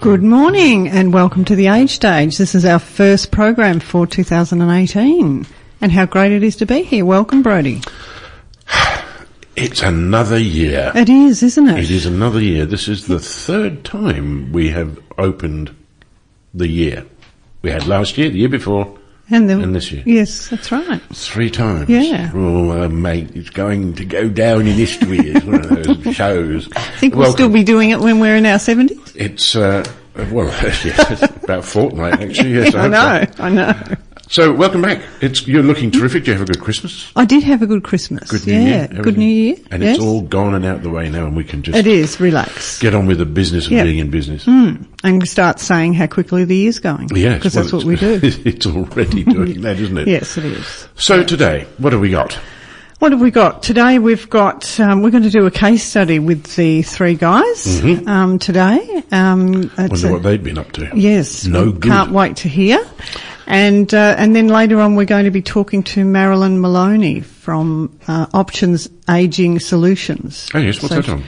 Good morning and welcome to the Age Stage. This is our first program for 2018. And how great it is to be here. Welcome, Brody. It's another year. It is, isn't it? It is another year. This is the third time we have opened the year. We had last year, the year before, And, the, and this year. Yes, that's right. Three times. Yeah. Oh, uh, mate, it's going to go down in history. It's one of those shows. I think we'll still be doing it when we're in our 70s. It's, uh, well, yes, about a fortnight, actually. Yes, I hope know, So. I know. So, welcome back. It's You're looking terrific. Do you have a good Christmas? I did have a good Christmas. Good yeah, New Year? good everything? New Year. And yes. it's all gone and out the way now, and we can just It is, relax. get on with the business of Yeah. Mm. being in business. And we start saying how quickly the year's going. Yes, Because well, that's what we it's- do. It's already doing that, isn't it? yes, it is. So today, what have we got? What have we got today? We've got um, we're going to do a case study with the three guys um, today. Um, it's Mm-hmm. Wonder a- what they've been up to. yes, no we good. can't wait to hear. And uh, and then later on, we're going to be talking to Marilyn Maloney from uh, Options Aging Solutions. Oh, yes, what's that on?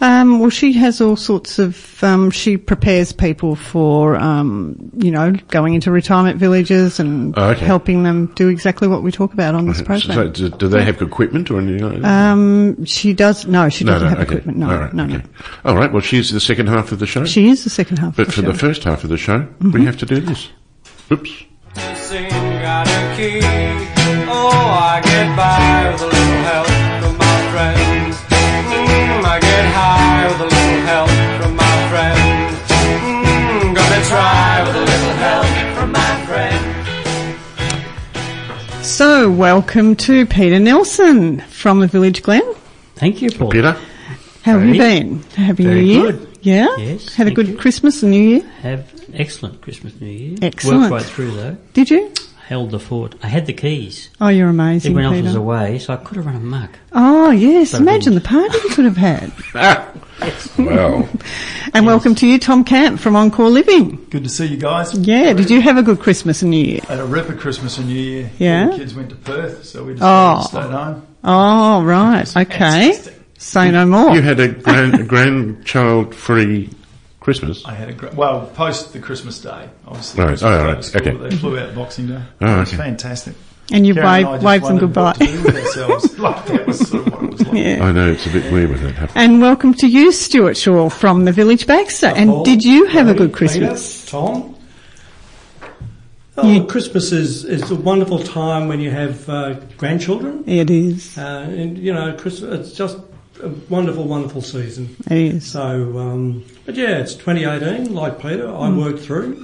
Um, well, she has all sorts of. Um, she prepares people for, um, you know, going into retirement villages and Oh, okay. helping them do exactly what we talk about on this So, program. so do, do they have equipment or anything like that? Um, she does. No, she no, doesn't no, have okay. equipment. No, All right, no, no. okay. All right, well, she's the second half of the show. She Mm-hmm. is the second half. but of for the the show. first half of the show, we have to do this. Oops. Sing got a key. Oh, I get by with a little help from my friends. Mm, I get high with a little help from my friends. Mm, gonna try with a little help from my friends. so, welcome to Peter Nelson from the Village Glen. Thank you, Paul. Peter? How have you Very- been? Happy very New Year. good. Yeah. Yes, Had a thank good you. Christmas and New Year. Have an excellent Christmas, New Year. Excellent. Worked right through though. Did you? Held the fort. I had the keys. Oh, you're amazing, Everyone else Peter. was away, so I could have run amok. oh, yes. So Imagine the party you could have had. Ah! Well, And welcome to you, Tom Camp from Encore Living. Good to see you guys. Yeah. Did you have a good Christmas and New Year? Had a ripper Christmas and New Year. Yeah? The kids went to Perth, so we just Oh. stayed home. Oh, right. Okay. fantastic. Say no more. you had a, grand, a grandchild-free Christmas. I had a great, well, post the Christmas day, obviously. Right, Christmas oh, Day right, was cool, okay. but They flew out Boxing Day. Oh, it was okay. fantastic. and you Karen and I waved, just waved them wondered goodbye. what to do with ourselves. like, that was sort of what it was like. yeah. I know, it's a bit weird when that happens. And welcome to you, Stuart Shaw from the Village Baxter. Uh, And Paul, did you have a Mary, good Christmas? Peter, Tom? Oh, You- Christmas is, is a wonderful time when you have uh, grandchildren. It is. Uh, and, you know, Christmas, it's just a wonderful, wonderful season. It is. So, um, but yeah, it's 2018, like Peter, I worked through.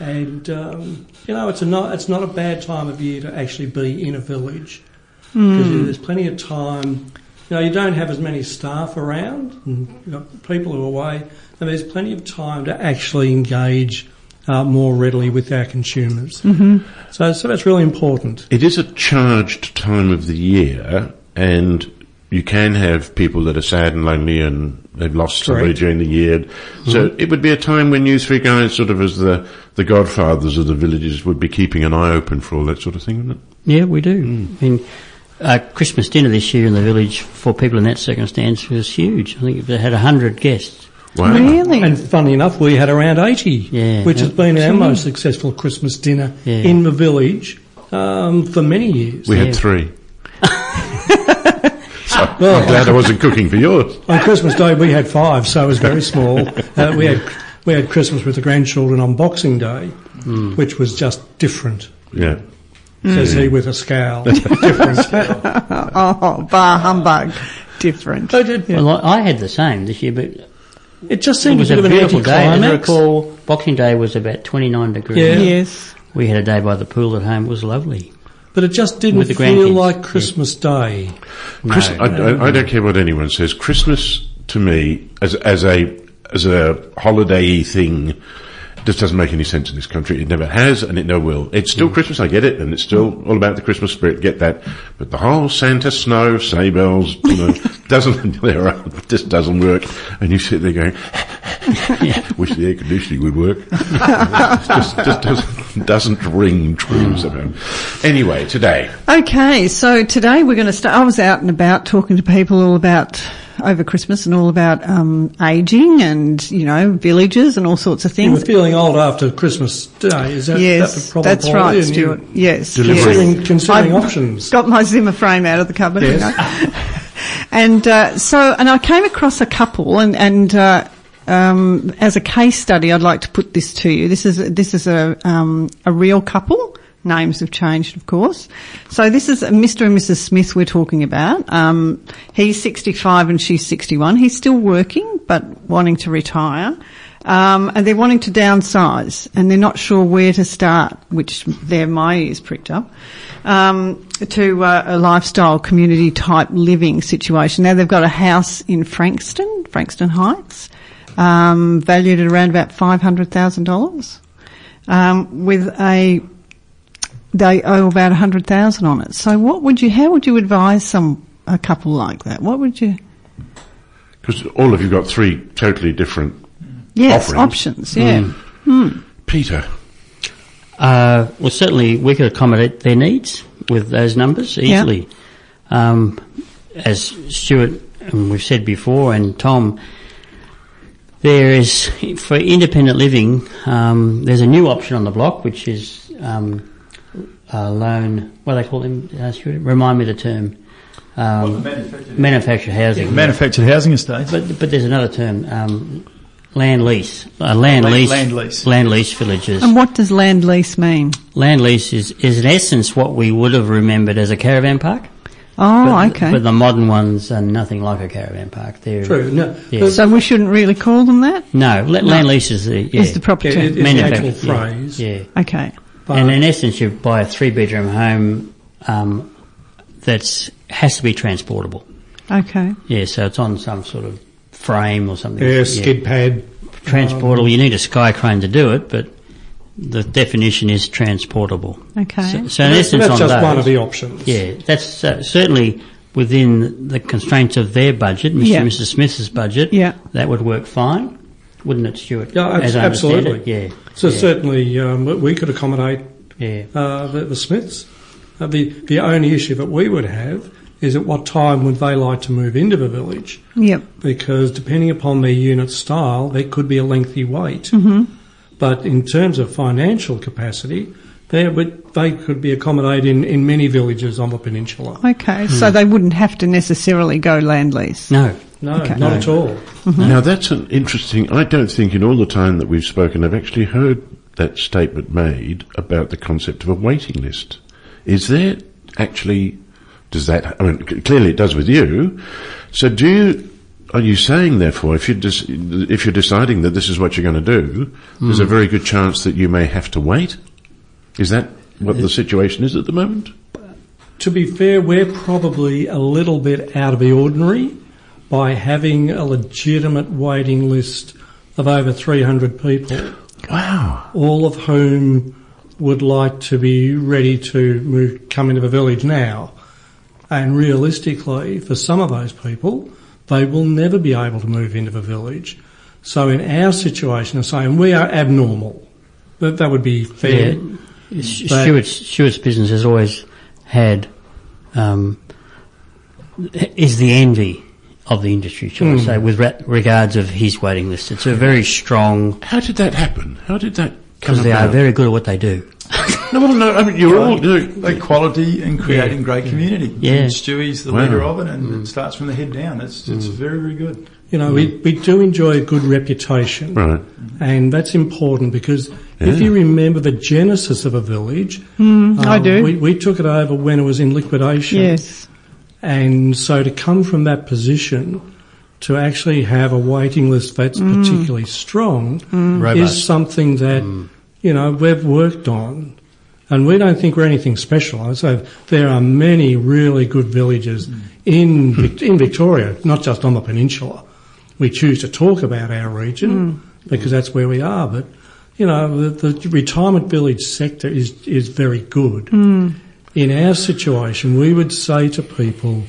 And, um, you know, it's, a not, it's not a bad time of year to actually be in a village. Because there's plenty of time. You know, you don't have as many staff around, and you know, people are away, and there's plenty of time to actually engage uh, more readily with our consumers. So, so that's really important. It is a charged time of the year, and you can have people that are sad and lonely and they've lost somebody Correct. during the year. So it would be a time when you three guys, sort of as the, the godfathers of the villages, would be keeping an eye open for all that sort of thing, wouldn't it? Yeah, we do. I mean, uh, Christmas dinner this year in the village for people in that circumstance was huge. I think they had hundred guests. Wow. Really? And funny enough, we had around 80, Yeah. which has been our most successful Christmas dinner Yeah. in the village um, for many years. We had three. so Oh. I'm glad I wasn't cooking for yours. On Christmas Day, we had five, so it was very small. Uh, we, had, we had Christmas with the grandchildren on Boxing Day, Hmm. which was just different, Yeah. says he with a scowl. different. Oh, bar humbug. Different. So it, Well, I I had the same this year, but it uh, it just seemed was a a bit of an beautiful day. As I anticlimax. recall, Boxing Day was about 29 degrees. Yeah. Yes. We had a day by the pool at home. It was lovely. But it just didn't With the feel grandkids, like yeah. Christmas Day. Chris, No. I, I, I don't care what anyone says. Christmas to me, as as a as a holiday thing, just doesn't make any sense in this country. It never has, and it never will. It's Mm. still Christmas. I get it, and it's still all about the Christmas spirit. Get that, but the whole Santa, snow, sleigh bells, you know, doesn't there are, just doesn't work. And you sit there going, "Wish the air conditioning would work." It just just doesn't, doesn't ring true somehow. Anyway, today Okay, so today we're going to start. I was out and about talking to people all about over Christmas and all about um, aging and you know villages and all sorts of You were things. feeling old after Christmas Day. Is that that yes, would probably that's fall right, in, Stuart. you- Yes, Delivery. yes. Considering, considering I've- options. Got my Zimmer frame out of the cupboard. you know. and uh, so, and I came across a couple, and and uh, um, as a case study, I'd like to put this to you. This is this is a um, a real couple. Names have changed, of course. So this is Mr. and Mrs. Smith we're talking about. Um, he's 65 and she's 61. He's still working, but wanting to retire. Um, and they're wanting to downsize and they're not sure where to start, which there my ears pricked up, um, to uh, a lifestyle community type living situation. Now they've got a house in Frankston, Frankston Heights, um, valued at around about $500,000, um, with a, they owe about 100,000 on it. So what would you, how would you advise some, a couple like that? What would you, Because all of you got three totally different. yes, Offerings. options, yeah. Peter, Uh, well, certainly we could accommodate their needs with those numbers easily. Um, as Stuart and we've said before, and Tom, there is for independent living. Um, there's a new option on the block, which is um, a loan. What do they call them? Uh, Stuart? Remind me the term. Um, Manufactured, manufactured housing. manufactured housing estates. But but there's another term, um, land lease. Uh, land Land- lease. land lease. Land lease villages. And what does land lease mean? land lease is, is in essence what we would have remembered as a caravan park. Oh, but, okay. But the modern ones are nothing like a caravan park. They're True. No, Yeah. but- so we shouldn't really call them that. No, la- land lease is the yeah, Is the proper Yeah, term. it is. the actual Manufactured, yeah, phrase. Yeah. Okay. but- and in essence, you buy a three bedroom home um, that's has to be transportable. Okay. Yeah, so it's on some sort of frame or something. Yeah, skid pad. um, transportable. you need a sky crane to do it, but the definition is transportable. Okay. So, so in that's, essence, that's on just those, one of the options. yeah, that's uh, certainly within the constraints of their budget, Mr. Yeah. and Mrs. Smith's budget. Yeah. that would work fine, wouldn't it, Stuart? Yeah, abs- As I understand it, absolutely. Yeah. So yeah, certainly um, we- we could accommodate yeah. uh, the, the Smiths. Uh, the the only issue that we would have is at what time would they like to move into the village? Yep. Because depending upon their unit style, there could be a lengthy wait. Mm-hmm. But in terms of financial capacity, they would they could be accommodated in, in many villages on the peninsula. Okay. So they wouldn't have to necessarily go land lease. No, Hmm. No, Okay. not at all. now that's an interesting. I don't think in all the time that we've spoken, I've actually heard that statement made about the concept of a waiting list. Is there actually? Does that? I mean, c- clearly it does with you. So do you? Are you saying, therefore, if you des- if you're deciding that this is what you're going to do, there's a very good chance that you may have to wait? Is that what the situation is at the moment? To be fair, we're probably a little bit out of the ordinary by having a legitimate waiting list of over 300 people, Wow. all of whom would like to be ready to move, come into the village now. And realistically, for some of those people, they will never be able to move into the village. So in our situation of saying we are abnormal, that, that would be fair. Yeah. S- Stewart's, Stewart's business has always had um, is the envy of the industry, shall we say, with re- regards of his waiting list. It's a very strong How did that happen? How did that come because they are about? very good at what they do. No, well, no, I mean, you're all doing. Equality and creating great community. Yeah. And Stewie's the Wow. Mm. leader of it, and it starts from the head down. It's it's very very good. You know, we, we do enjoy a good reputation. Right. And that's important because if you remember the genesis of a village, Mm-hmm. Hmm, um, I do. Oh, We, we took it over when it was in liquidation. Yes. And so to come from that position to actually have a waiting list that's Mm. particularly strong is something that, you know, we've worked on. And we don't think we're anything special. I say there are many really good villages in, Vic- in Victoria, not just on the peninsula. We choose to talk about our Mm. region because that's where we are. But, you know, the, the retirement village sector is, is very good. Hmm. In our situation, we would say to people,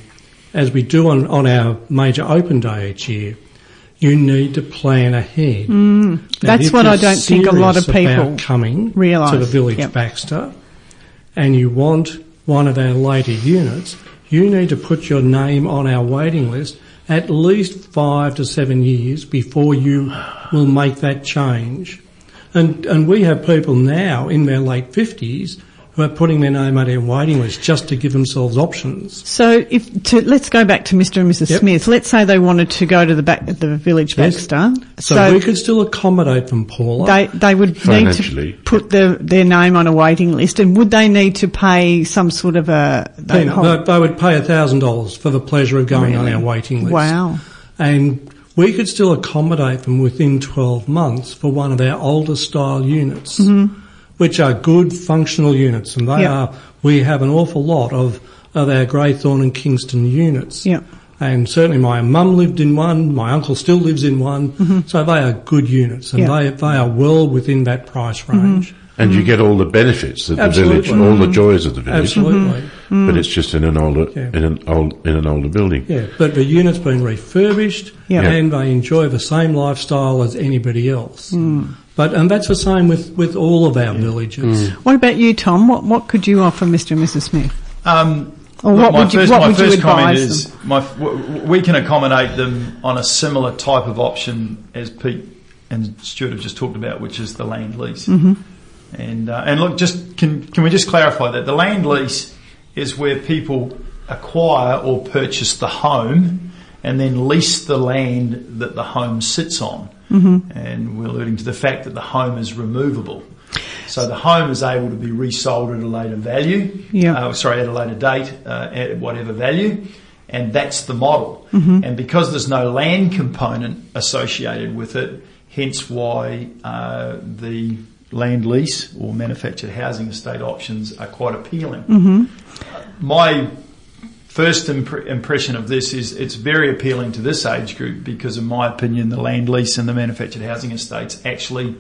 as we do on, on our major open day each year, you need to plan ahead. Now, Hmm. That's if what I you're don't think a lot of serious about people coming to realise. the village Yep. Baxter, and you want one of our later units, you need to put your name on our waiting list at least five to seven years before you will make that change. And, and we have people now in their late 50s who are putting their name on a waiting list just to give themselves options. So if to, let's go back to Mr. and Mrs. Yep. Smith. Let's say they wanted to go to the back, the village Yes. Baxter. So, we could still accommodate them, Paula. they they would need Financially. to put their their name on a waiting list, and would they need to pay some sort of a they Peanut. hold- They, they would pay $1,000 for the pleasure of going on our waiting list. Wow. And we could still accommodate them within 12 months for one of our older style units, which are good functional units. And they Yep. are, we have an awful lot of, of our Greythorn and Kingston units. Yep. And certainly my mum lived in one, my uncle still lives in one. So they are good units and Yep. they, they are well within that price range. And you get all the benefits that the Absolutely. village, all the joys of the village, Absolutely. but it's just in an older, Yeah. in an old, in an older building. Yeah, but the unit's been refurbished Yeah. Yeah. and they enjoy the same lifestyle as anybody else. But and that's the same with, with all of our villages. What about you, Tom? What what could you offer Mr. and Mrs. Smith? Um, Or look, what my would you- first, what my would you first comment advise is my, f- w- w- we can accommodate them on a similar type of option as Pete and Stuart have just talked about, which is the land lease. Mm-hmm. And uh, and look, just can can we just clarify that the land lease is where people acquire or purchase the home and then lease the land that the home sits on. Mm-hmm. And we're alluding to the fact that the home is removable. So the home is able to be resold at a later value. Yeah. uh, sorry, at a later date, uh, at whatever value, and that's the model. And because there's no land component associated with it, hence why uh, the land lease or manufactured housing estate options are quite appealing. My first impr- impression of this is it's very appealing to this age group because, in my opinion, the land lease and the manufactured housing estates actually.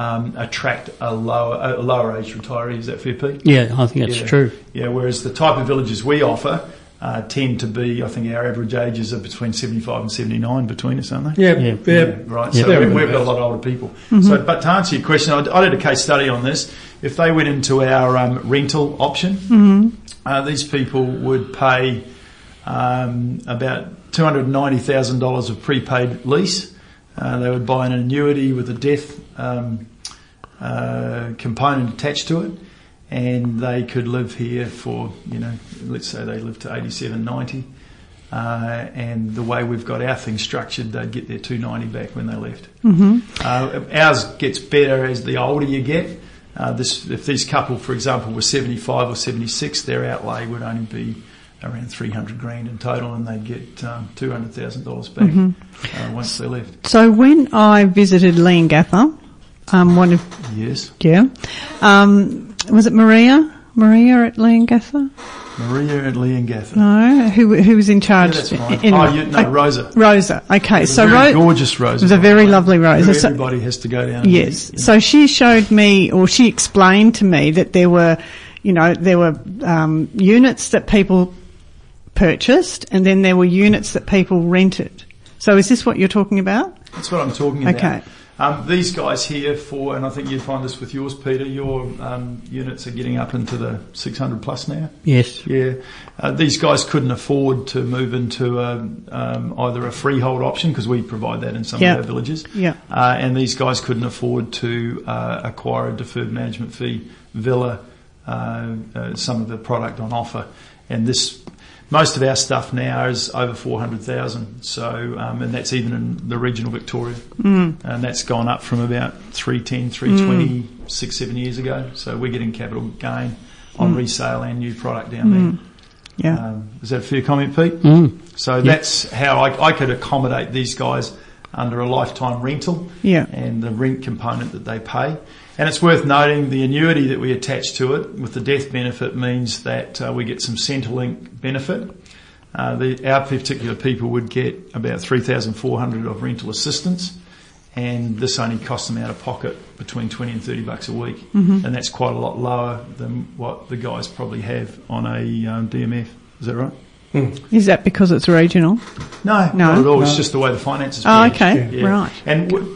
Um, attract a lower a lower age retiree. Is that fair, Pete? Yeah, I think that's yeah. true. Yeah, whereas the type of villages we offer uh, tend to be, I think our average ages are between 75 and 79 between us, aren't they? Yeah, Yeah. yeah, Right, Yeah. Mm-hmm. so we, we've got a lot of older people. So, but to answer your question, I, I did a case study on this. If they went into our um, rental option, Mm-hmm. uh, these people would pay um, about $290,000 of prepaid lease. Uh, they would buy an annuity with a death um, uh, component attached to it, and they could live here for you know, let's say they live to eighty-seven, ninety. Uh, and the way we've got our thing structured, they'd get their 290 back when they left. Mm-hmm. Uh, ours gets better as the older you get. Uh, this, if these couple, for example, were 75 or 76, their outlay would only be around 300 grand in total, and they'd get um, $200,000 back Mm-hmm. uh, once they left. So when I visited Leangatha, um, one of Yes, yeah, um, was it Maria? Maria at Leangatha? Maria and Lee and Gather. No, who who was in Yeah, charge? that's fine. anyway. oh, you, no, Rosa. Rosa. Okay, so very Ro- gorgeous Rosa. It was a by the very way, lovely Rosa. who So- Everybody has to go down. and- Yes. So she showed me, or she explained to me that there were, you know, there were um, units that people purchased, and then there were units that people rented. So is this what you're talking about? That's what I'm talking about. Okay. Um, these guys here for, and I think you'd find this with yours, Peter. Your um, units are getting up into the 600 plus now. Yes. Yeah. Uh, these guys couldn't afford to move into a, um, either a freehold option because we provide that in some Yeah. of our villages. Yeah. Uh, and these guys couldn't afford to uh, acquire a deferred management fee villa, uh, uh, some of the product on offer. And this, most of our stuff now is over 400,000. So, um, and that's even in the regional Victoria. And that's gone up from about 310, 320, six, seven years ago. So we're getting capital gain on resale and new product down there. Uh, Yeah. Um, is that a fair comment, Pete? So that's how I, I could accommodate these guys under a lifetime rental Yeah. and the rent component that they pay. And it's worth noting the annuity that we attach to it with the death benefit means that uh, we get some Centrelink benefit. Uh, the, our particular people would get about 3,400 of rental assistance and this only costs them out of pocket between 20 and 30 bucks a week. Mm-hmm. And that's quite a lot lower than what the guys probably have on a um, DMF. Is that right? Is that because it's regional? No, not at all. It's No. just the way the finances. Oh, managed. okay. Right. And w-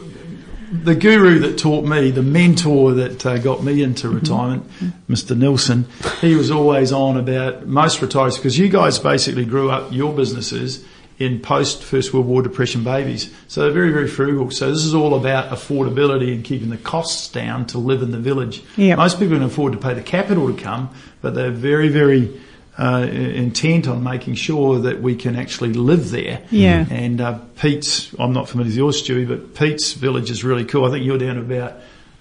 the guru that taught me, the mentor that uh, got me into retirement, Mr. Nilsson, he was always on about most retirees because you guys basically grew up your businesses in post First World War depression babies. So they're very, very frugal. So this is all about affordability and keeping the costs down to live in the village. Yep. Most people can afford to pay the capital to come, but they're very, very uh, intent on making sure that we can actually live there. Yeah. And uh, Pete's, I'm not familiar with yours, Stewie, but Pete's village is really cool. I think you're down about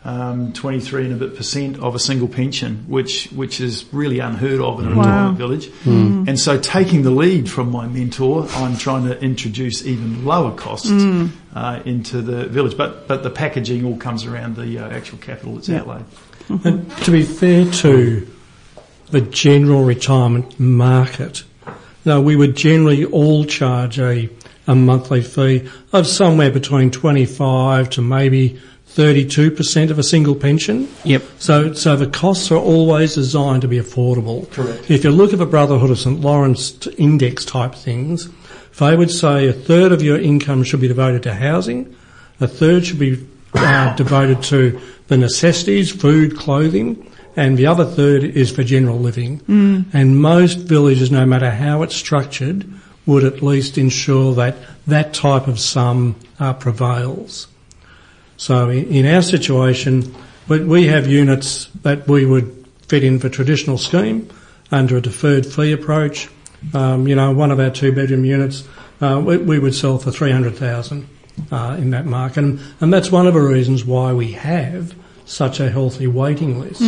um, 23 and a bit percent of a single pension, which which is really unheard of in a retirement village. And so, taking the lead from my mentor, I'm trying to introduce even lower costs uh, into the village. But but the packaging all comes around the uh, actual capital that's outlaid. And to be fair to the general retirement market, now we would generally all charge a, a monthly fee of somewhere between 25 to maybe 32% of a single pension. Yep. So, so the costs are always designed to be affordable. Correct. If you look at the Brotherhood of St Lawrence t- index type things, they would say a third of your income should be devoted to housing, a third should be uh, devoted to the necessities, food, clothing, and the other third is for general living. And most villages, no matter how it's structured, would at least ensure that that type of sum uh, prevails. So in, in our situation, we, we have units that we would fit in for traditional scheme under a deferred fee approach. Um, you know, one of our two bedroom units, uh, we, we would sell for 300,000 uh, in that market. And, and that's one of the reasons why we have such a healthy waiting list.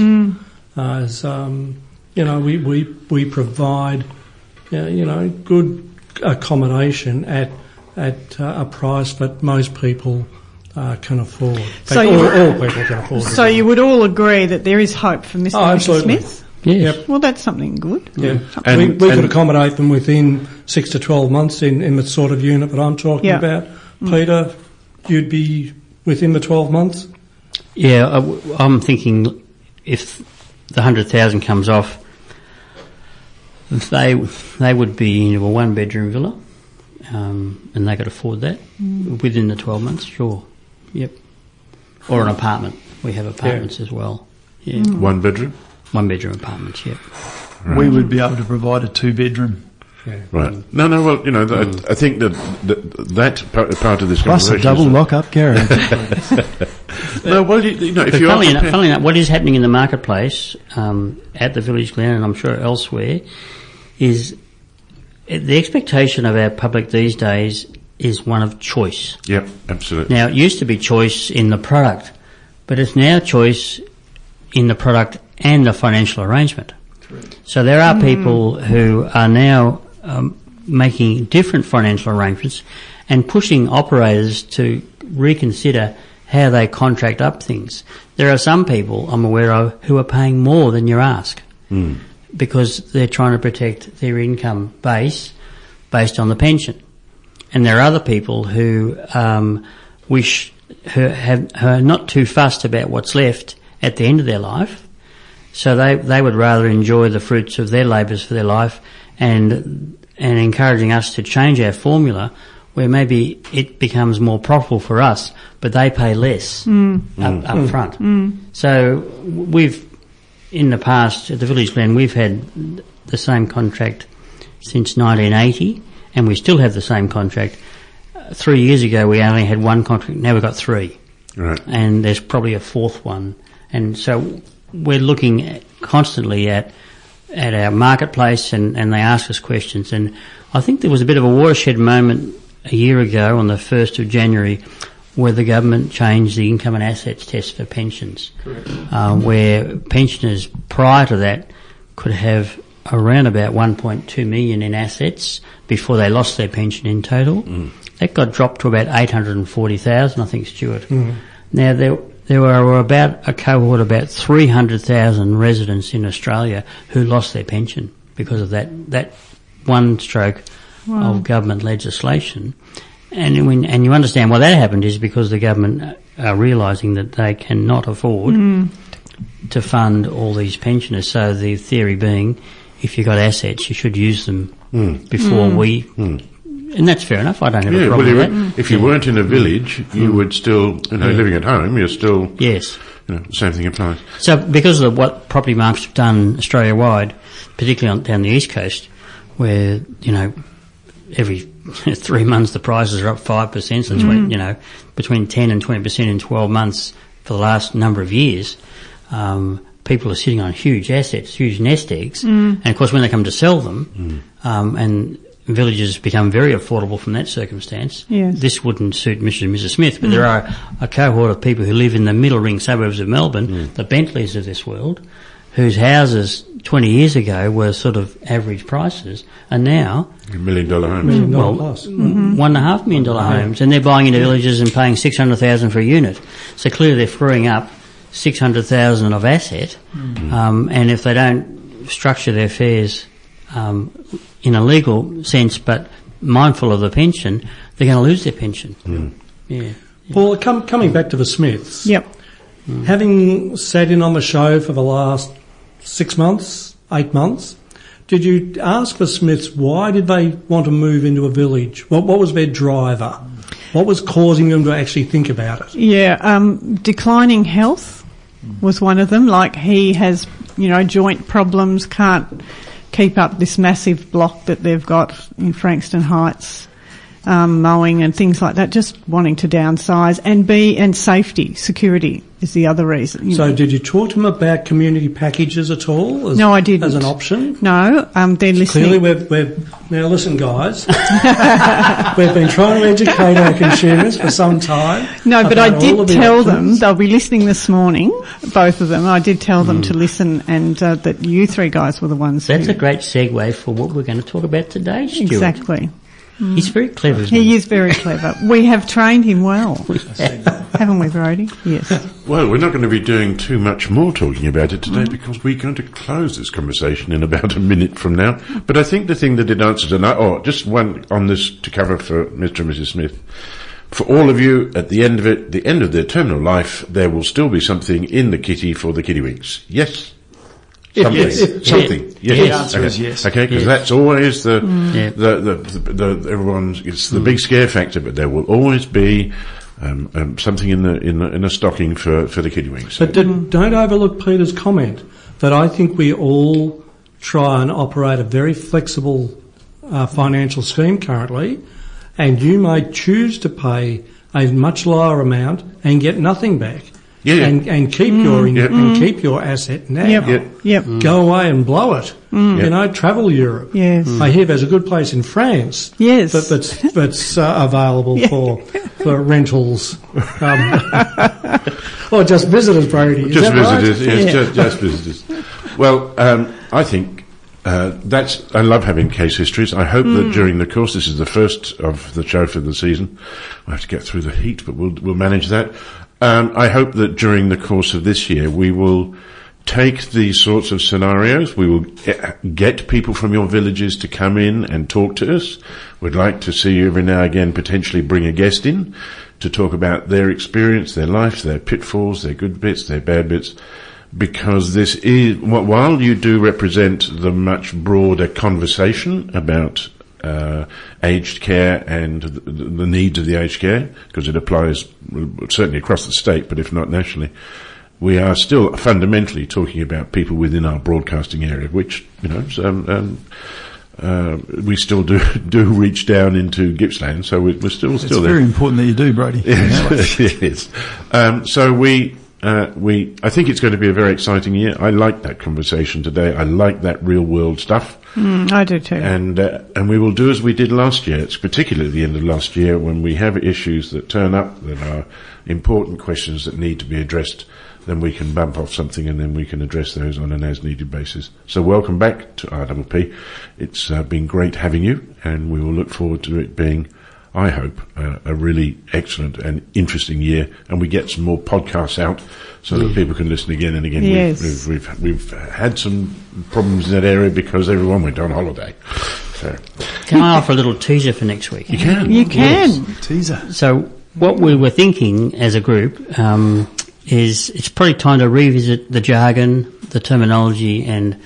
Uh, is, um, you know, we, we, we provide, uh, you know, good accommodation at, at uh, a price that most people uh, can afford. In fact, So you- all, all people can afford. So you would all agree that there is hope from this, Oh, Mr. absolutely. Smith. Yes. Well, that's something good. Yeah. And- we we and- could accommodate them within six to 12 months in, in the sort of unit that I'm talking Yeah. Mm. about. Peter, you'd be within the 12 months? Yeah, I w- I'm thinking if the hundred thousand comes off, they they would be into a one bedroom villa, um, and they could afford that within the twelve months. Sure, yep, or an apartment. We have apartments as well. Yeah, One bedroom? one bedroom apartments. Yep. We would be able to provide a two bedroom Right. Mm. No, no, well, you know, th- I think that, that that part part of this conversation. is- lock-up garage. No, well, you, you know, if But you are funnily enough, prepared- funnily enough, what is happening in the marketplace um, at the village glen, and I'm sure elsewhere, is eh, the expectation of our public these days is one of choice. Yep, absolutely. Now, it used to be choice in the product, but it's now choice in the product and the financial arrangement. So there are people who are now um, making different financial arrangements and pushing operators to reconsider how they contract up things. There are some people I'm aware of who are paying more than you ask because they're trying to protect their income base based on the pension. And there are other people who um, wish who have who are not too fussed about what's left at the end of their life, so they they would rather enjoy the fruits of their labours for their life, and and encouraging us to change our formula where maybe it becomes more profitable for us, but they pay less up, up front. So w- we've in the past at the Village Glen we've had the same contract since 1980, and we still have the same contract. Uh, Three years ago, we only had one contract. Now we've got three, Right. and there's probably a fourth one. And so we're looking at, constantly at at our marketplace, and, and they ask us questions. And I think there was a bit of a watershed moment a year ago on the first of January, where the government changed the income and assets test for pensions, uh, where pensioners prior to that could have around about 1.2 million in assets before they lost their pension in total. That got dropped to about 840,000, I think, Stuart. Now there there were about a cohort of about 300,000 residents in Australia who lost their pension because of that that one stroke of government legislation. And when and you understand why that happened is because the government are realising that they cannot afford to fund all these pensioners. So the theory being, if you've got assets, you should use them before we. And that's fair enough. I don't have a Hmm. Yeah, well, problem you with that. were- if you weren't in a village, you would still, you know, living at home, you're still, Yes. you know, same thing applies. So because of what property markets have done Australia wide, particularly on, down the east coast, where you know every three months the prices are up 5%, so twen- you know, between 10 and 20% in 12 months for the last number of years. Um, people are sitting on huge assets, huge nest eggs. And of course, when they come to sell them, um, and villages become very affordable from that circumstance, Yes. this wouldn't suit Mr. and Mrs. Smith. But there are a cohort of people who live in the middle ring suburbs of Melbourne, the Bentleys of this world, whose houses 20 years ago were sort of average prices, and now Million dollar homes. Mm. Not well, plus. one and a half million dollar homes, and they're buying into villages and paying six hundred thousand for a unit. So clearly they're freeing up six hundred thousand of asset, um, and if they don't structure their fares um, in a legal sense, but mindful of the pension, they're going to lose their pension. Yeah. Paul, com- coming back to the Smiths. Yep. Having sat in on the show for the last six months, eight months, did you ask the Smiths why did they want to move into a village? What, what was their driver? What was causing them to actually think about it? Yeah, um, declining health was one of them. Like he has, you know, joint problems, can't keep up this massive block that they've got in Frankston Heights, um, mowing and things like that. Just wanting to downsize and be and safety, security is the other reason. you So, know. did you talk to them about community packages at all? As, No, I didn't. As an option? no, um, they're listening. Clearly, we've, we've now listen, guys. we've been trying to educate our consumers for some time. No, but I about all did of the tell them options. they'll be listening this morning, both of them. I did tell them Hmm. to listen, and uh, that you three guys were the ones. That's who, a great segue for what we're going to talk about today, Stuart. exactly. He's very clever. Isn't he? He is very clever. We have trained him well, haven't we, Brody? Yes. Well, we're not going to be doing too much more talking about it today because we're going to close this conversation in about a minute from now. But I think the thing that it answers, and I, oh, just one on this to cover for Mr. and Mrs. Smith. For all of you, at the end of it, the end of their terminal life, there will still be something in the kitty for the kitty winks. Yes. Something. yes. Something. Yeah. Yes. The answer okay. is yes. Okay, because Yes. that's always the, Yeah. the, the, the, the everyone's, it's the big scare factor, but there will always be um, um, something in the, in the, in a stocking for, for the kiddie wings. But did, don't overlook Peter's comment that I think we all try and operate a very flexible uh, financial scheme currently, and you may choose to pay a much lower amount and get nothing back. Yeah, Mm. yeah. And, and keep your in- Yep. and keep your asset now. Yep. Yep. Yep. Mm. Go away and blow it. Yep. You know, travel Europe. Mm. Yes. Mm. I hear there's a good place in France. Yes. That, that's that's uh, available for for rentals. Um, or just visitors, Brody. Is just that right? visitors, yes, Yeah. just, just visitors. Well, um, I think uh, that's. I love having case histories. I hope that during the course, this is the first of the show for the season. I have to get through the heat, but we'll we'll manage that. Um, I hope that during the course of this year, we will take these sorts of scenarios. We will get- get people from your villages to come in and talk to us. We'd like to see you every now and again potentially bring a guest in to talk about their experience, their life, their pitfalls, their good bits, their bad bits, because this is, wh- while you do represent the much broader conversation about uh, aged care and the, the needs of the aged care, because it applies uh, certainly across the state, but if not nationally, we are still fundamentally talking about people within our broadcasting area, which you know is, um, um, uh, we still do do reach down into Gippsland, so we, we're still It's still there. very important that you do, Brody. Yes, it is. Um, so we, uh, we, I think it's going to be a very exciting year. I like that conversation today. I like that real world stuff. Mm, I do too. And, uh, and we will do as we did last year. It's particularly at the end of last year when we have issues that turn up that are important questions that need to be addressed. Then we can bump off something and then we can address those on an as needed basis. So welcome back to RWP. It's uh, been great having you and we will look forward to it being, I hope, uh, a really excellent and interesting year. And we get some more podcasts out so that people can listen again and again. Yes. We've, we've we've we've had some problems in that area because everyone went on holiday. So Can I offer a little teaser for next week? you can. you can. Teaser. So what we were thinking as a group um, is it's probably time to revisit the jargon, the terminology, and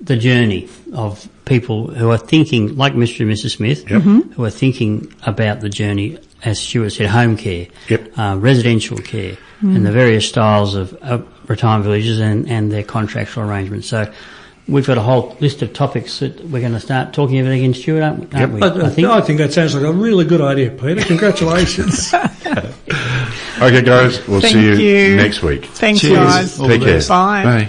the journey of people who are thinking, like Mr. and Mrs. Smith, who are thinking about the journey, as Stuart said, home care, Yep. uh, residential care, and the various styles of uh, retirement villages and, and their contractual arrangements. So We've got a whole list of topics that we're going to start talking about against Stuart, aren't, aren't we? I, I think. that sounds like a really good idea, Peter. Congratulations. Okay, guys, we'll Thank see you, you. next week. Thanks, Cheers. guys. All Take the care. best. Bye. Bye.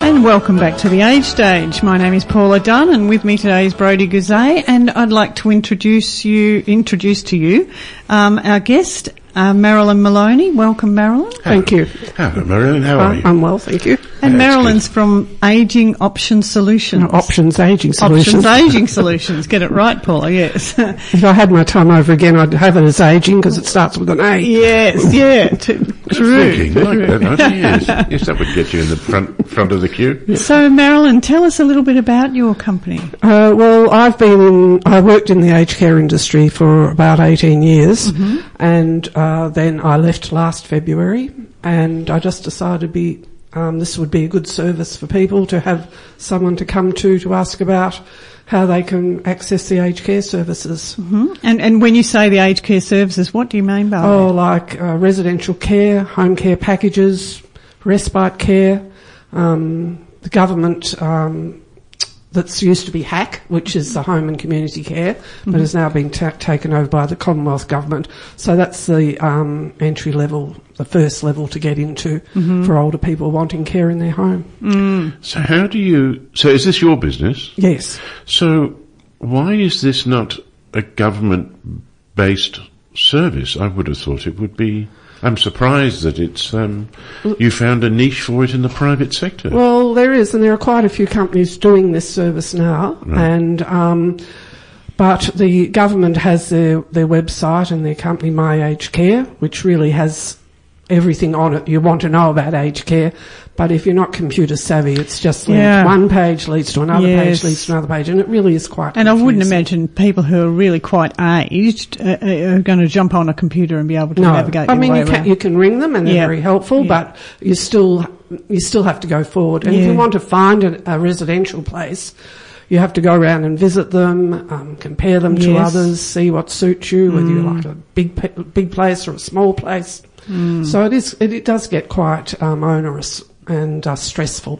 And welcome back to the Age Stage. My name is Paula Dunn, and with me today is Brody Guzay, and I'd like to introduce you introduce to you um, our guest, uh, Marilyn Maloney. Welcome, Marilyn. Thank you. Hello, Marilyn. How are you? Uh, I'm well, thank you. And That's Marilyn's from Aging Option Solutions. Options eh? aging Options solutions. Aging Solutions. Get it right, Paula. Yes. if I had my time over again, I'd have it as aging because it starts with an A. yes. Yeah. t- true. Thinking like that, aren't you? Yes. yes, that would get you in the front front of the queue. So, Marilyn, tell us a little bit about your company. Uh, well, I've been in, I worked in the aged care industry for about 18 years and uh, then I left last February and I just decided to be, um, this would be a good service for people to have someone to come to to ask about how they can access the aged care services. Mm-hmm. And and when you say the aged care services, what do you mean by Oh, like uh, residential care, home care packages, respite care, um, the government um, that's used to be HAC, which is the Home and Community Care, but has now been ta- taken over by the Commonwealth Government. So that's the um, entry level, the first level to get into for older people wanting care in their home. So how do you? So is this your business? Yes. So why is this not a government based service? I would have thought it would be. I'm surprised that it's um, you found a niche for it in the private sector. Well, there is, and there are quite a few companies doing this service now, and um, but the government has their their website and their company My Aged Care, which really has everything on it you want to know about aged care. But if you're not computer savvy, it's just linked. Yeah. one page leads to another Yes. page leads to another page, and it really is quite. And I wouldn't confusing. imagine people who are really quite aged uh, uh, are going to jump on a computer and be able to navigate I their mean, way you can, around. you can ring them and they're Yeah. very helpful, Yeah. but you still you still have to go forward. And if Yeah. you want to find a, a residential place, you have to go around and visit them, um, compare them to Yes. Mm. others, see what suits you, whether you like a big pa- big place or a small place. Mm. So it is it, it does get quite um, onerous and uh, stressful.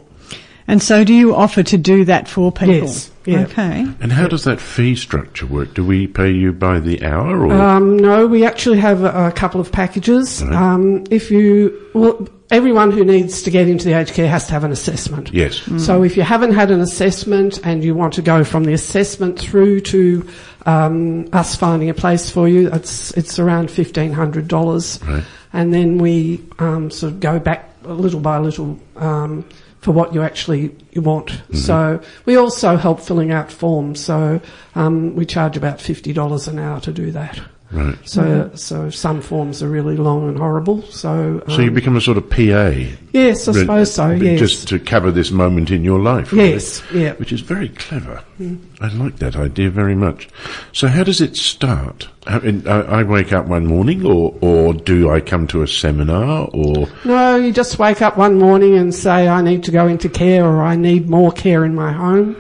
and so, do you offer to do that for people? Yes, yeah. Okay. and how does that fee structure work? Do we pay you by the hour or? Um, no, we actually have a, a couple of packages. Um, if you well, everyone who needs to get into the aged care has to have an assessment. yes. So if you haven't had an assessment and you want to go from the assessment through to um, us finding a place for you, it's it's around fifteen hundred dollars, Right. and then we um, sort of go back little by little um, for what you actually you want. Mm-hmm. So we also help filling out forms. So um, we charge about fifty dollars an hour to do that. Right. So so some forms are really long and horrible. So um, So you become a sort of PA yes, I Re- suppose so. re- Yes. Just to cover this moment in your life. really. Yes, yeah. Hmm. Which is very clever. I like that idea very much. So how does it start? I, mean, I, I wake up one morning, or or do I come to a seminar, or No, you just wake up one morning and say, I need to go into care or I need more care in my home.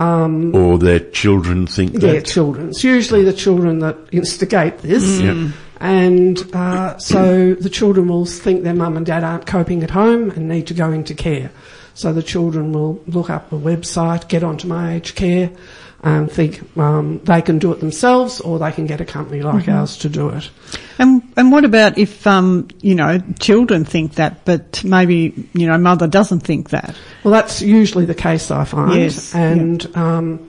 or their children think They're that? Mm. children. It's usually the children that instigate this. Yeah. And uh, so the children will think their mum and dad aren't coping at home and need to go into care. So the children will look up a website, get onto My Aged Care, and think um, they can do it themselves or they can get a company like ours to do it. And and what about if um, you know children think that, but maybe you know mother doesn't think that? Well, that's usually the case, I find. Yes, And um,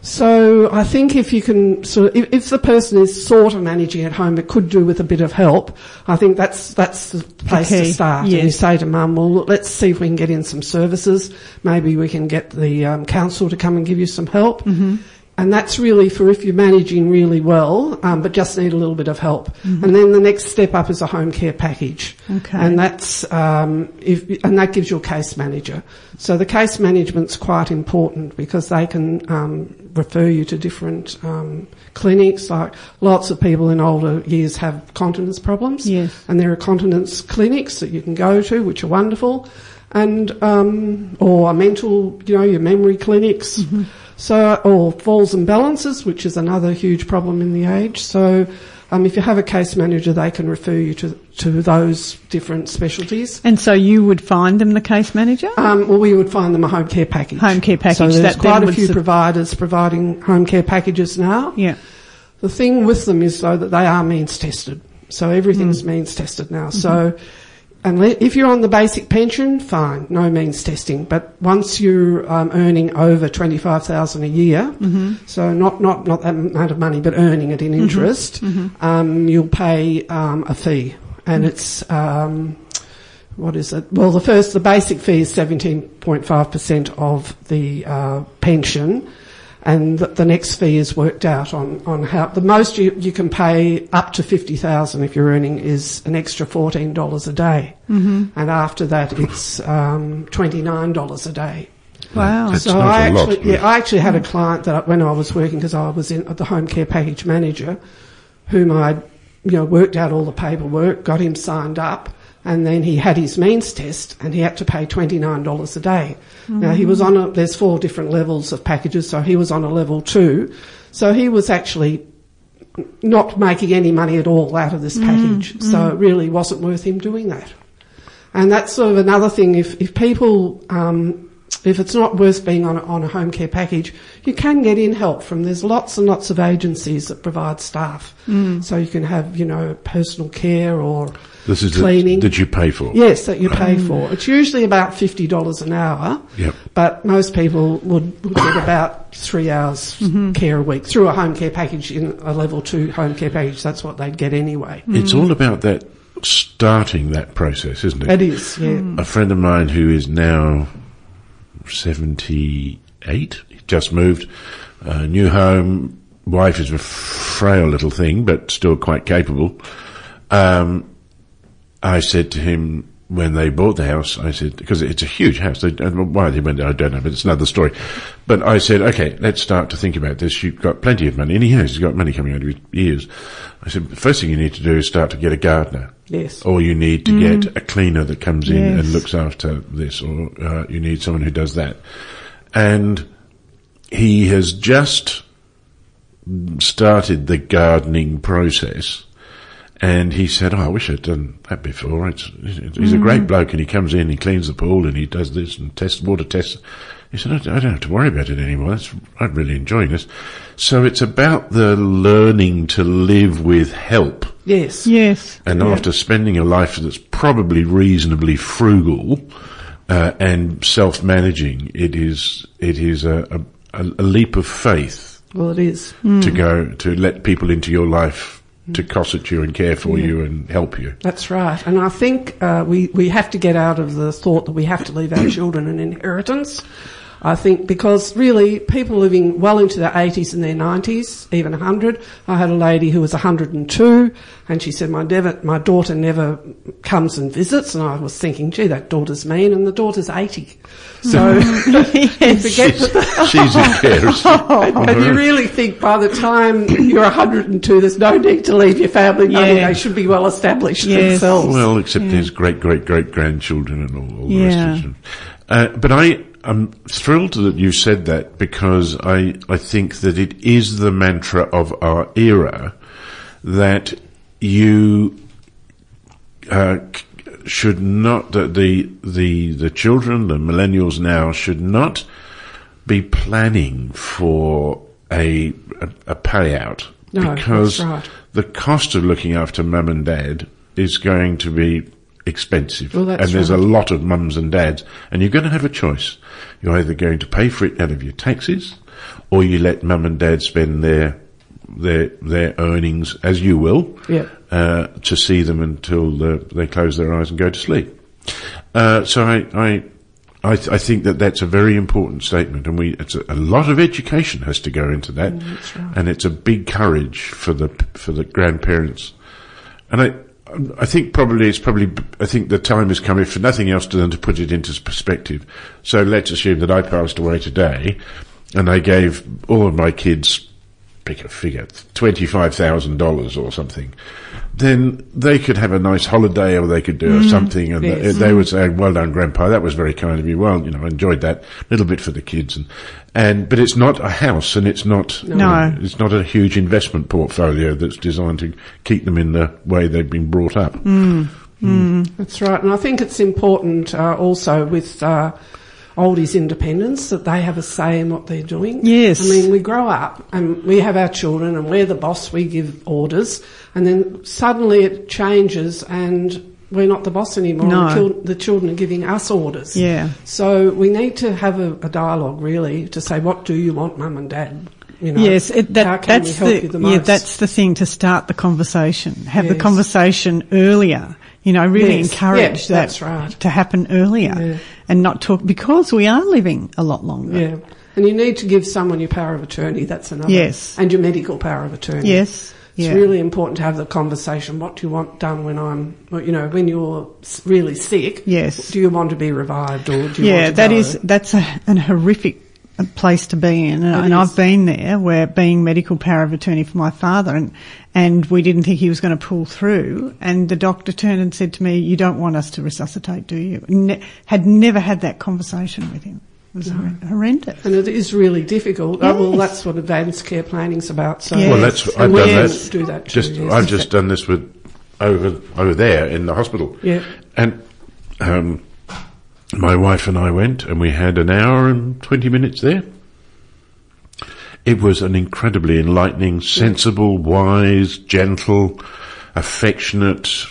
so I think if you can sort of, if, if the person is sort of managing at home, but could do with a bit of help, I think that's that's the place Okay, to start. And you yes. say to mum, well, look, let's see if we can get in some services. Maybe we can get the um, council to come and give you some help. Mm-hmm. And that's really for if you're managing really well, um, but just need a little bit of help. And then the next step up is a home care package. Mm-hmm. Okay. And that's um, if, and that gives your case manager. So the case management's quite important because they can um, refer you to different um, clinics. Like lots of people in older years have continence problems, Yes. and there are continence clinics that you can go to, which are wonderful, and um, or a mental, you know, your memory clinics. Mm-hmm. So or falls and balances, which is another huge problem in the age. So. Um, if you have a case manager, they can refer you to, to those different specialties. And so you would find them the case manager? Um, well, we would find them a home care package. Home care package, So there's that then quite a would few sup- providers providing home care packages now. yeah. The thing with them is though that they are means tested. So everything's means tested now. So, and le- if you're on the basic pension, fine, no means testing. But once you're um, earning over twenty five thousand a year, so not not not that amount of money, but earning it in interest, Um, you'll pay um, a fee, and it's. Um, what is it? Well, the first, the basic fee is 17.5% of the uh, pension, and the, the next fee is worked out on, on how the most you, you can pay up to 50,000 if you're earning is an extra $14 a day. Mm-hmm. And after that, it's um, $29 a day. Wow. That's So not I a lot, actually, is it? yeah, I actually had a client that I, when I was working because I was in the home care package manager, whom I, you know, worked out all the paperwork, got him signed up, and then he had his means test, and he had to pay twenty nine dollars a day. Now he was on a there's four different levels of packages, so he was on a level two, so he was actually not making any money at all out of this package. So it really wasn't worth him doing that. And that's sort of another thing. If, if people, um, if it's not worth being on a, on a home care package, you can get in help from. There's lots and lots of agencies that provide staff. So you can have, you know, personal care or This is cleaning. the, that you pay for. Yes, that you pay for. It's usually about fifty dollars an hour. Yep. But most people would, would get about three hours care a week through a home care package in a level two home care package. That's what they'd get anyway. It's all about that starting that process, isn't it? It is, yeah. A friend of mine who is now 78, he just moved, uh, new home, wife is a frail little thing, but still quite capable. Um, I said to him when they bought the house, I said, because it's a huge house. They, and why they went there, I don't know, but it's another story. But I said, okay, let's start to think about this. You've got plenty of money. And he has, he's got money coming out of his ears. I said, the first thing you need to do is start to get a gardener. Yes. Or you need to get a cleaner that comes in and Yes. looks after this, or uh, you need someone who does that. And he has just started the gardening process. And he said, oh, I wish I'd done that before. It's, he's a great bloke and he comes in, he cleans the pool and he does this and tests, water tests. He said, I don't I don't have to worry about it anymore. That's, I'm really enjoying this. So it's about the learning to live with help. Yes. Yes. And after spending a life that's probably reasonably frugal uh, and self-managing, it is it is a, a, a leap of faith Well, it is. to go to let people into your life to cosset you and care for you and help you. That's right. And I think uh, we, we have to get out of the thought that we have to leave our children an inheritance. I think because really people living well into their 80s and their 90s, even 100. I had a lady who was 102 and she said, my, dev- my daughter never comes and visits. And I was thinking, gee, that daughter's mean and the daughter's 80. So forget that the- She's in care. isn't she? Oh, Mm-hmm. and you really think by the time you're 102, there's no need to leave your family money. Yeah. They should be well established Yes. themselves. Well, except his great great great grandchildren and all, all the Yeah. rest of it. Uh, but I am thrilled that you said that because I I think that it is the mantra of our era that you uh, c- should not that the the the children the millennials now should not be planning for a a, a payout No, that's because right. the cost of looking after mum and dad is going to be expensive Well, that's and there's right. a lot of mums and dads and you're going to have a choice you're either going to pay for it out of your taxes or you let mum and dad spend their their their earnings as you will Yeah. uh, to see them until the, they close their eyes and go to sleep. Uh, so I, I, I, th- I think that that's a very important statement, and we it's a, a lot of education has to go into that, and it's a big courage for the for the grandparents, and I. I think probably it's probably, I think the time has come, if for nothing else, than to put it into perspective. So let's assume that I passed away today and I gave all of my kids pick a figure, twenty-five thousand dollars or something. then they could have a nice holiday or they could do something and Mm, yes. they, they would say, well done, grandpa. That was very kind of you. Well, you know, I enjoyed that little bit for the kids. And, and, but it's not a house and it's not, No. it's not a huge investment portfolio that's designed to keep them in the way they've been brought up. That's right, and I think it's important uh, also with uh, oldies independence that they have a say in what they're doing. Yes. I mean we grow up and we have our children and we're the boss. We give orders, and then suddenly it changes and. We're not the boss anymore. No. The, chil- the children are giving us orders. Yeah. So we need to have a, a dialogue, really, to say, what do you want, mum and dad? You know, Yes, it, how that, can we that's help the, you the yeah, most? that's the thing to start the conversation. Have the Yes. conversation earlier. You know, really Yes. encourage Yeah, that that's right. to happen earlier Yeah. and not talk because we are living a lot longer. Yeah. And you need to give someone your power of attorney, that's another. Yes. And your medical power of attorney. Yes, It's yeah. really important to have the conversation. What do you want done when I'm, well, you know, when you're s- really sick? Yes. Do you want to be revived or do you want Yeah, to that go? is that's a, an horrific place to be in, and, It and is. I've been there where being medical power of attorney for my father, and and we didn't think he was going to pull through, and the doctor turned and said to me, "You don't want us to resuscitate, do you?" Ne- had never had that conversation with him. It was horren- horrendous. Mm-hmm. And it is really difficult. Oh, well, Yes. that's what advanced care planning's about. So Yes. Well, that's And I've we done can that. do that too, just yes. I've just done this with over over there in the hospital. Yeah. and um, my wife and I went, and we had an hour and twenty minutes there. It was an incredibly enlightening, sensible, wise, gentle, affectionate,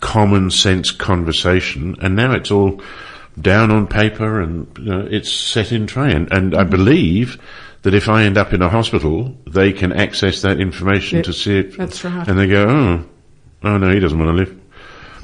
common sense conversation, and now it's all down on paper and you know, it's set in train. And, and Mm-hmm. I believe that if I end up in a hospital, they can access that information Yep, to see it. that's right. And they go, oh, oh no, he doesn't want to live.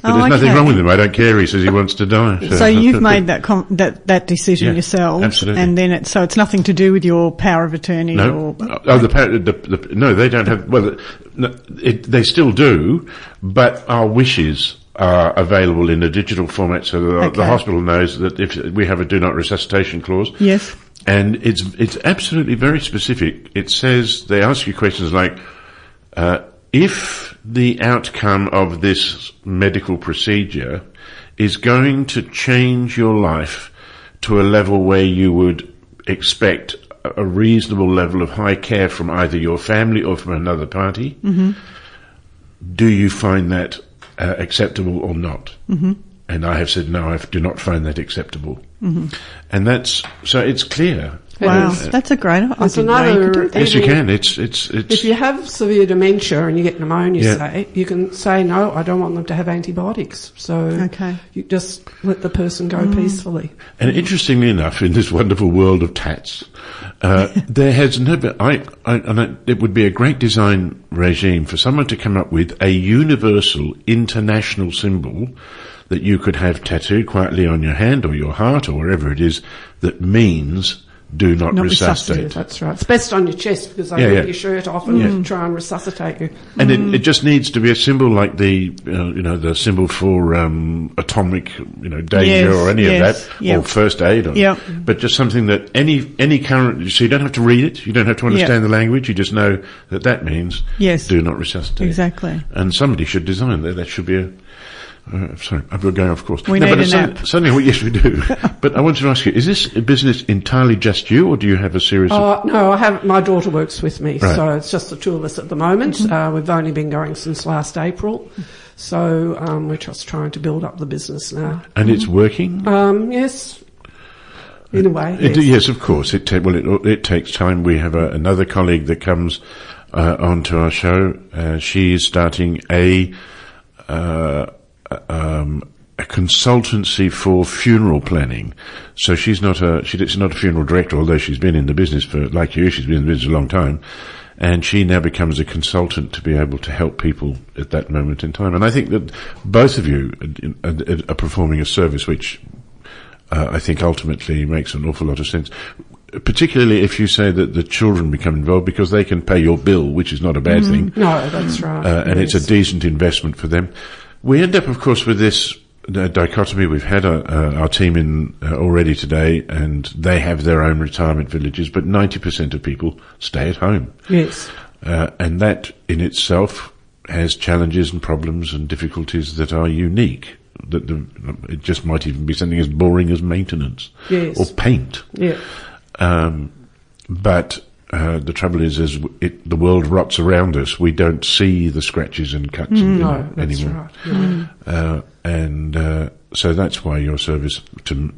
But Oh, there's nothing okay. wrong with him. I don't care. He says he wants to die. So you've made that com- that that decision Yeah, yourselves, absolutely. and then it so it's nothing to do with your power of attorney No, or oh, the, par- the, the no, they don't have. Well, no, it, they still do, but our wishes are available in a digital format, so that the Okay. hospital knows that if we have a do not resuscitation clause. Yes. and it's it's absolutely very specific. It says they ask you questions like. Uh, if the outcome of this medical procedure is going to change your life to a level where you would expect a- a reasonable level of high care from either your family or from another party, do you find that uh, acceptable or not? Mm-hmm. And I have said, no, I do not find that acceptable. Mm-hmm. And that's, so it's clear. wow, Uh, that's a great. I There's didn't know you could do another- that. yes, you Even- can. It's, it's, it's. If you have severe dementia and you get pneumonia, Yeah. say, you can say, no, I don't want them to have antibiotics. So Okay. you just let the person go peacefully. And interestingly enough, in this wonderful world of tats, uh, there has never, I, I, and I, it would be a great design regime for someone to come up with a universal international symbol that you could have tattooed quietly on your hand or your heart or wherever it is that means do not, Not resuscitate. resuscitate. That's right. It's best on your chest because they Yeah, rip yeah. your shirt off and Yeah. try and resuscitate you. And Mm. it, it just needs to be a symbol like the, uh, you know, the symbol for um, atomic, you know, danger Yes, or any yes, of that, yeah. or first aid, or, Yeah. but just something that any any current. So you don't have to read it. You don't have to understand the language. You just know that that means Yes. do not resuscitate. Exactly. And somebody should design that. That should be a. Uh, sorry, I'm going off course. We need but a it's nap. suddenly- Suddenly, well, yes, we do. but I wanted to ask you: Is this a business entirely just you, or do you have a series? of... Oh, no, I have, my daughter works with me, Right. so it's just the two of us at the moment. Uh, we've only been going since last April. So, um, we're just trying to build up the business now. And it's working. Um, yes. In a way. It, yes. yes, of course. It ta- well, it, it takes time. We have a, another colleague that comes uh, onto our show. Uh, she is starting a uh, um, a consultancy for funeral planning. So she's not a she, she's not a funeral director, although she's been in the business for like you. She's been in the business a long time, and she now becomes a consultant to be able to help people at that moment in time. And I think that both of you are, are, are performing a service which uh, I think ultimately makes an awful lot of sense. Particularly if you say that the children become involved because they can pay your bill, which is not a bad thing, No, that's right. uh, and it's Yes. a decent investment for them. We end up, of course, with this uh, dichotomy. We've had our, uh, our team in uh, already today, and they have their own retirement villages, but 90% of people stay at home. Yes. Uh, and that in itself has challenges and problems and difficulties that are unique. That the, it just might even be something as boring as maintenance Yes. or paint. Yeah. Um, but uh, the trouble is, as it, the world rots around us, we don't see the scratches and cuts and, Mm. No, that's anymore. right. Yeah. Uh, and uh, so that's why your service to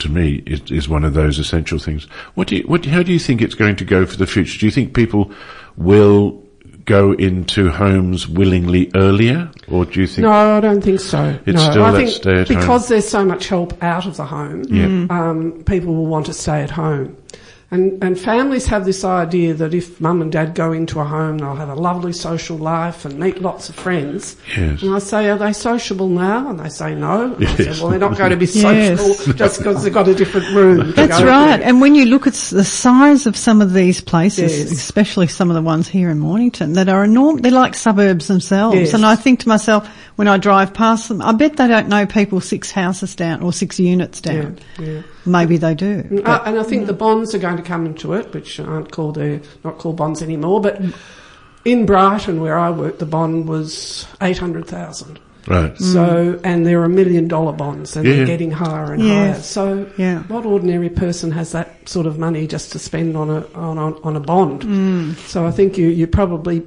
to me is, is one of those essential things. What do you, what how do you think it's going to go for the future? Do you think people will go into homes willingly earlier, or do you think No, I don't think so. It's no, still I that think stay at home. because there's so much help out of the home, Yeah. Mm. um, people will want to stay at home. And, and families have this idea that if mum and dad go into a home, they'll have a lovely social life and meet lots of friends. Yes. And I say, are they sociable now? And they say no. And I Yes. say, well, they're not going to be social Yes. just because they've got a different room. to That's go right. to. And when you look at s- the size of some of these places, Yes. especially some of the ones here in Mornington, that are enormous, they're like suburbs themselves. Yes. And I think to myself, when I drive past them, I bet they don't know people six houses down or six units down. Yeah, yeah. Maybe they do. Uh, and I think the bonds are going to come into it, which aren't called they're not called bonds anymore. But in Brighton, where I work, the bond was eight hundred thousand. right? So, and they're a million dollar bonds, and Yeah. they're getting higher and Yeah. higher. So, Yeah. what ordinary person has that sort of money just to spend on a on a, on a bond? So, I think you you probably,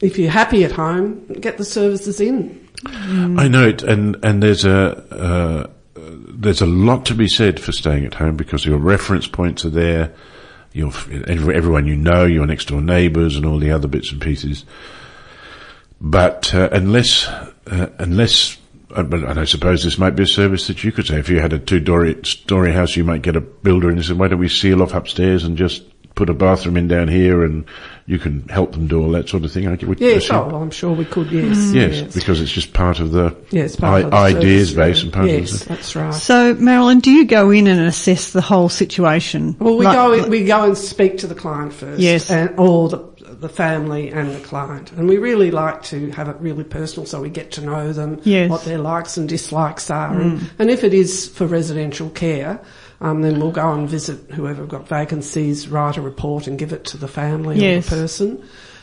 if you're happy at home, get the services in. Um, I know it, and and there's a uh, there's a lot to be said for staying at home because your reference points are there, your f- every- everyone you know, your next door neighbours, and all the other bits and pieces. But uh, unless uh, unless uh, but- and I suppose this might be a service that you could say if you had a two story story house, you might get a builder and say, why don't we seal off upstairs and just put a bathroom in down here, and you can help them do all that sort of thing. I would Yeah, assume- sure. Well, oh, I'm sure we could. Yes, Yes, yes. because it's just part of the Yeah, it's part i- of the ideas service, base yeah. and part yes, of the, that's right. So, Marilyn, do you go in and assess the whole situation? Well, we Like- go in, we go and speak to the client first, Yes. and or the the family and the client, and we really like to have it really personal, so we get to know them, Yes. Mm. what their likes and dislikes are, and, and if it is for residential care. Um, then we'll go and visit whoever got vacancies, write a report, and give it to the family Yes. or the person.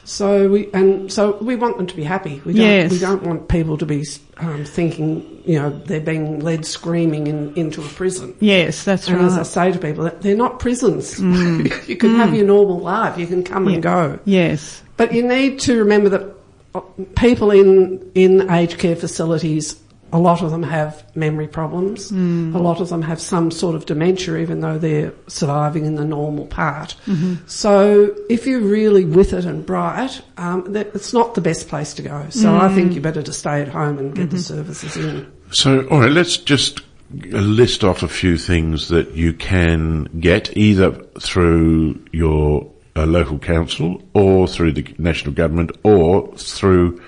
So we and so we want them to be happy. We don't, Yes. we don't want people to be um, thinking, you know, they're being led screaming in, into a prison. Yes, that's And as I right. Mm. say to people, they're not prisons. you can have your normal life. You can come and go. Yes. But you need to remember that uh, people in in aged care facilities, a lot of them have memory problems. Mm. A lot of them have some sort of dementia, even though they're surviving in the normal part. Mm-hmm. So if you're really with it and bright, um, that it's not the best place to go. So I Mm. think you better to stay at home and get the Mm-hmm. services in. So, all right, let's just list off a few things that you can get either through your uh, local council or through the national government or through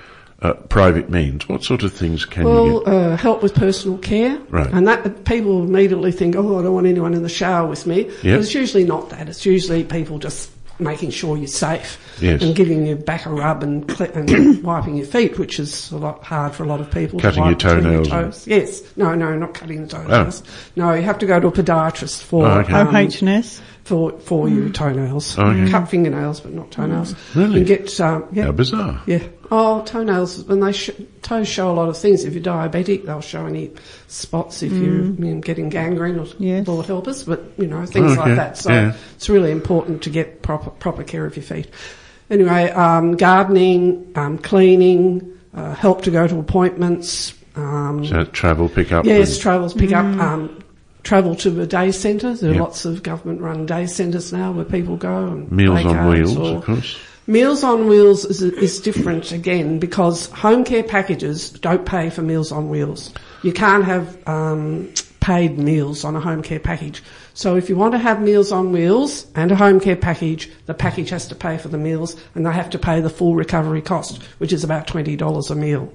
uh, private means. What sort of things can you Well, get? uh, help with personal care, Right. and that people immediately think, "Oh, I don't want anyone in the shower with me." But it's usually not that. It's usually people just making sure you're safe Yes. and giving your back a rub and, cle- and wiping your feet, which is a lot hard for a lot of people. to Cutting your wipe between toenails and- toes. Yes, no, no, not cutting the Oh. toenails. No, you have to go to a podiatrist for Oh, okay. um, OHS. for for your toenails, Okay. cut fingernails, but not toenails. Really? You get um, yeah. How bizarre. Yeah. Oh, toenails. When they sh- toes show a lot of things. If you're diabetic, they'll show any spots. If Mm. you're you know, getting gangrene or Yes. Lord help us, but you know things Okay, like that. So yeah. it's really important to get proper proper care of your feet. Anyway, um, gardening, um, cleaning, uh, help to go to appointments. Um, So travel, pick up. Yes, and- travels pick up um, travel to a day centre. There are Yep. lots of government-run day centres now where people go and Meals play on cards wheels, or- of course. Meals on Wheels is, is different again because home care packages don't pay for Meals on Wheels. You can't have um, paid meals on a home care package. So if you want to have Meals on Wheels and a home care package, the package has to pay for the meals and they have to pay the full recovery cost, which is about twenty dollars a meal.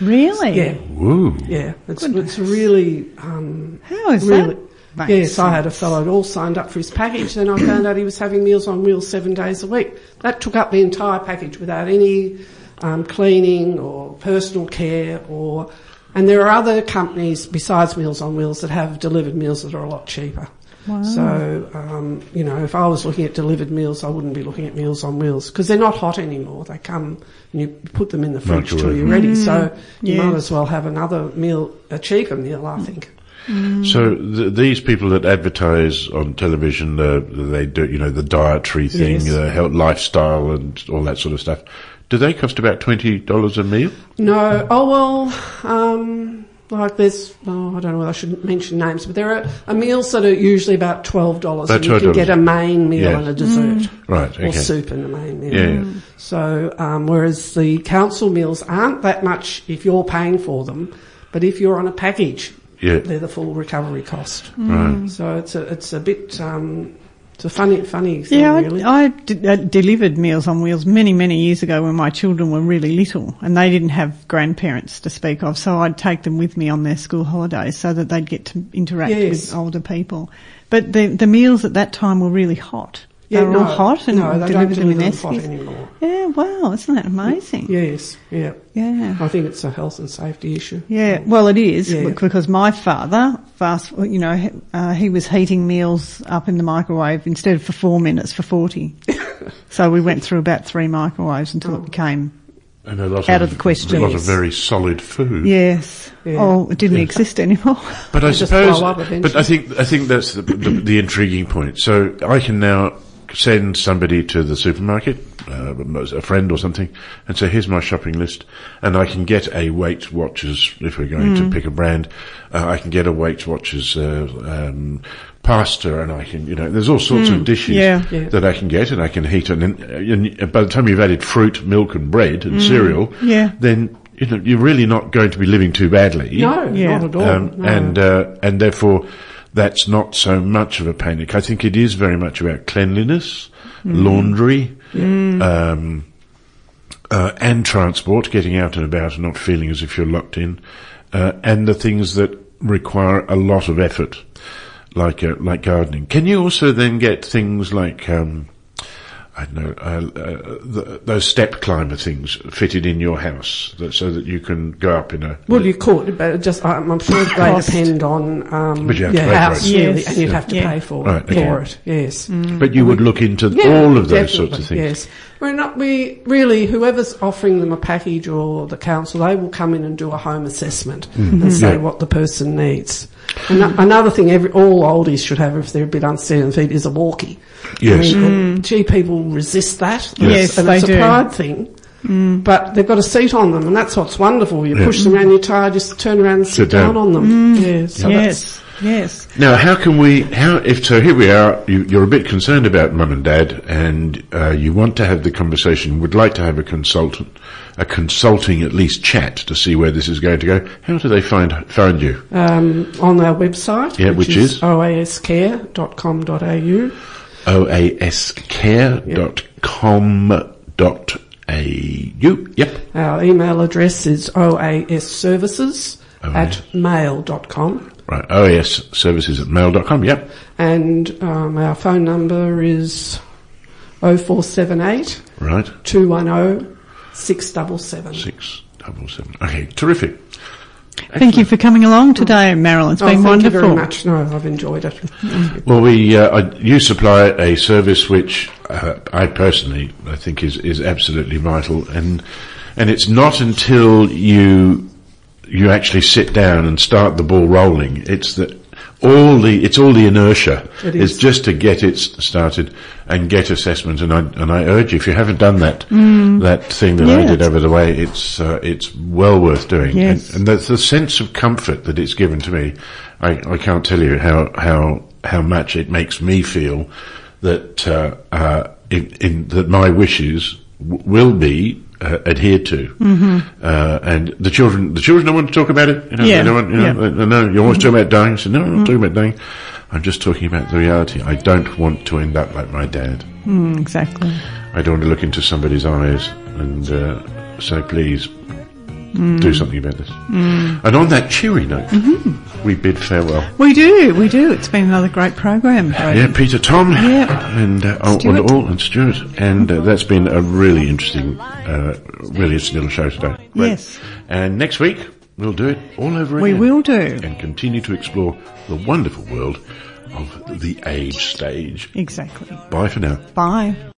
Really? Yeah, Woo. yeah, it's, it's really um, How is really. that? Yes, I had a fellow had all signed up for his package, then I found out he was having Meals on Wheels seven days a week. That took up the entire package without any um, cleaning or personal care or. And there are other companies besides Meals on Wheels that have delivered meals that are a lot cheaper. Wow. So, um, you know, if I was looking at delivered meals, I wouldn't be looking at Meals on Wheels because they're not hot anymore. They come and you put them in the fridge till Microwave. you're ready. So you yeah. might as well have another meal, a cheaper meal, I think. So th- these people that advertise on television, uh, they do, you know, the dietary thing, Yes. the health lifestyle, and all that sort of stuff. Do they cost about twenty dollars a meal? No. Oh well. Um, like there's. Oh, I don't know whether I should mention names, but there are, are meals that are usually about twelve dollars, About and you can $12. get a main meal Yes. and a dessert, Right. Mm. Okay. or soup and a main meal. Yeah, yeah. So, um, whereas the council meals aren't that much if you're paying for them, but if you're on a package, Yeah. they're the full recovery cost. Right. So it's a it's a bit. Um, it's a funny funny thing, Yeah, Oh, really. I, I d- uh, delivered Meals on Wheels many, many years ago when my children were really little and they didn't have grandparents to speak of, so I'd take them with me on their school holidays so that they'd get to interact Yes. with older people. But the the meals at that time were really hot. they were no, all hot and no, they delivered don't them in deliver them hot Eskies. anymore. Yeah, wow, isn't that amazing? Yes, yeah. yeah. I think it's a health and safety issue. Yeah, well, it is Yeah. bec- because my father fast, you know, he- uh, he was heating meals up in the microwave instead of for four minutes for forty. so we went through about three microwaves until Oh. it became And a lot Out of the question, A lot yes. of very solid food. yes. Yeah. Oh, it didn't exist anymore. But I just suppose, blow up but I think I think that's the, the, the intriguing point. So I can now send somebody to the supermarket, uh, a friend or something, and say, "Here's my shopping list," and I can get a Weight Watchers if we're going to Hmm. pick a brand. Uh, I can get a Weight Watchers uh, um, pasta, and I can, you know, there's all sorts of dishes Yeah. Hmm. Yeah. that I can get, and I can heat, and, then- and by the time you've added fruit, milk, and bread Hmm. and cereal, Yeah. then. You know, you're really not going to be living too badly. No, Yeah. not at all. Um, no. and uh, and therefore that's not so much of a panic. I think it is very much about cleanliness, Mm. laundry, um, uh, and transport, getting out and about and not feeling as if you're locked in, uh, and the things that require a lot of effort, like uh, like gardening. Can you also then get things like um, I don't know, uh, uh, th those step climber things fitted in your house that, so that you can go up in a. well, you could, but it just I'm, I'm sure they Cost. depend on um, But you have to your pay for house, it. really, Yes. and you'd have to Yeah. Mm. pay for, Right, okay. for it. Yes, But you would look into th- Yeah, all of those sorts of definitely, things. Yes, we're not. We really, whoever's offering them a package or the council, they will come in and do a home assessment and Hmm. say Yeah. what the person needs. And a- another thing, every all oldies should have, if they're a bit unsteady on feet, is a walkie. Yes. I mean, gee, people resist that. Yes. and Hmm. Yes, it's they a do. Hmm. pride thing. But they've got a seat on them, and that's what's wonderful. You Yeah. push them around, you're tired, just turn around and sit, Sit down. down. on them. Yeah, so that's- Hmm. yes, yes. Now, how can we? How if so? Here we are. You, you're a bit concerned about mum and dad, and uh, you want to have the conversation. Would like to have a consultant, a consulting at least chat to see where this is going to go. How do they find find you? um, on our website, Yeah, which is, is? oascare.com.au. oascare.com.au. Yep. Our email address is oasservices Oh, at mail.com Right. Oas services at mail.com. Yep. and um, our phone number is 0478 Right. 210 677. Six double seven. Okay. Terrific. Thank you for coming along today, Marilyn. It's Oh, been thank wonderful. Mm. you very much. No, I've enjoyed it. Well, we uh, I- you supply a service which uh, I personally I think is is absolutely vital, and and it's not until you you actually sit down and start the ball rolling. It's that all the it's all the inertia It It's is. just to get it s- started and get assessment. And I and I urge you if you haven't done that Mm. that thing that I Yeah. did over the way, it's uh, it's well worth doing. Yes. And, and that's the sense of comfort that it's given to me. I, I can't tell you how how how much it makes me feel that uh, uh, in, in that my wishes w- will be. Uh, adhered to, uh, and the children. The children don't want to talk about it. You know, Mm-hmm. Yeah, they don't want, you know, yeah. Mm-hmm. they- they know, you're always talking about dying. I said, no, I'm not talking about dying. I'm just talking about the reality. I don't want to end up like my dad. Mm, exactly. I don't want to look into somebody's eyes. And uh, so please Mm. do something about this. And on that cheery note, Mm-hmm. we bid farewell. We do, we do. It's been another great program. Yeah, Peter Tom Yeah. and uh, oh, and Stuart. all and Stuart, and uh, that's been a really interesting, uh, really interesting little show today. Yes. And next week We'll do it all over We again. will do. And continue to explore the wonderful world of the age stage. Exactly. Bye for now. Bye.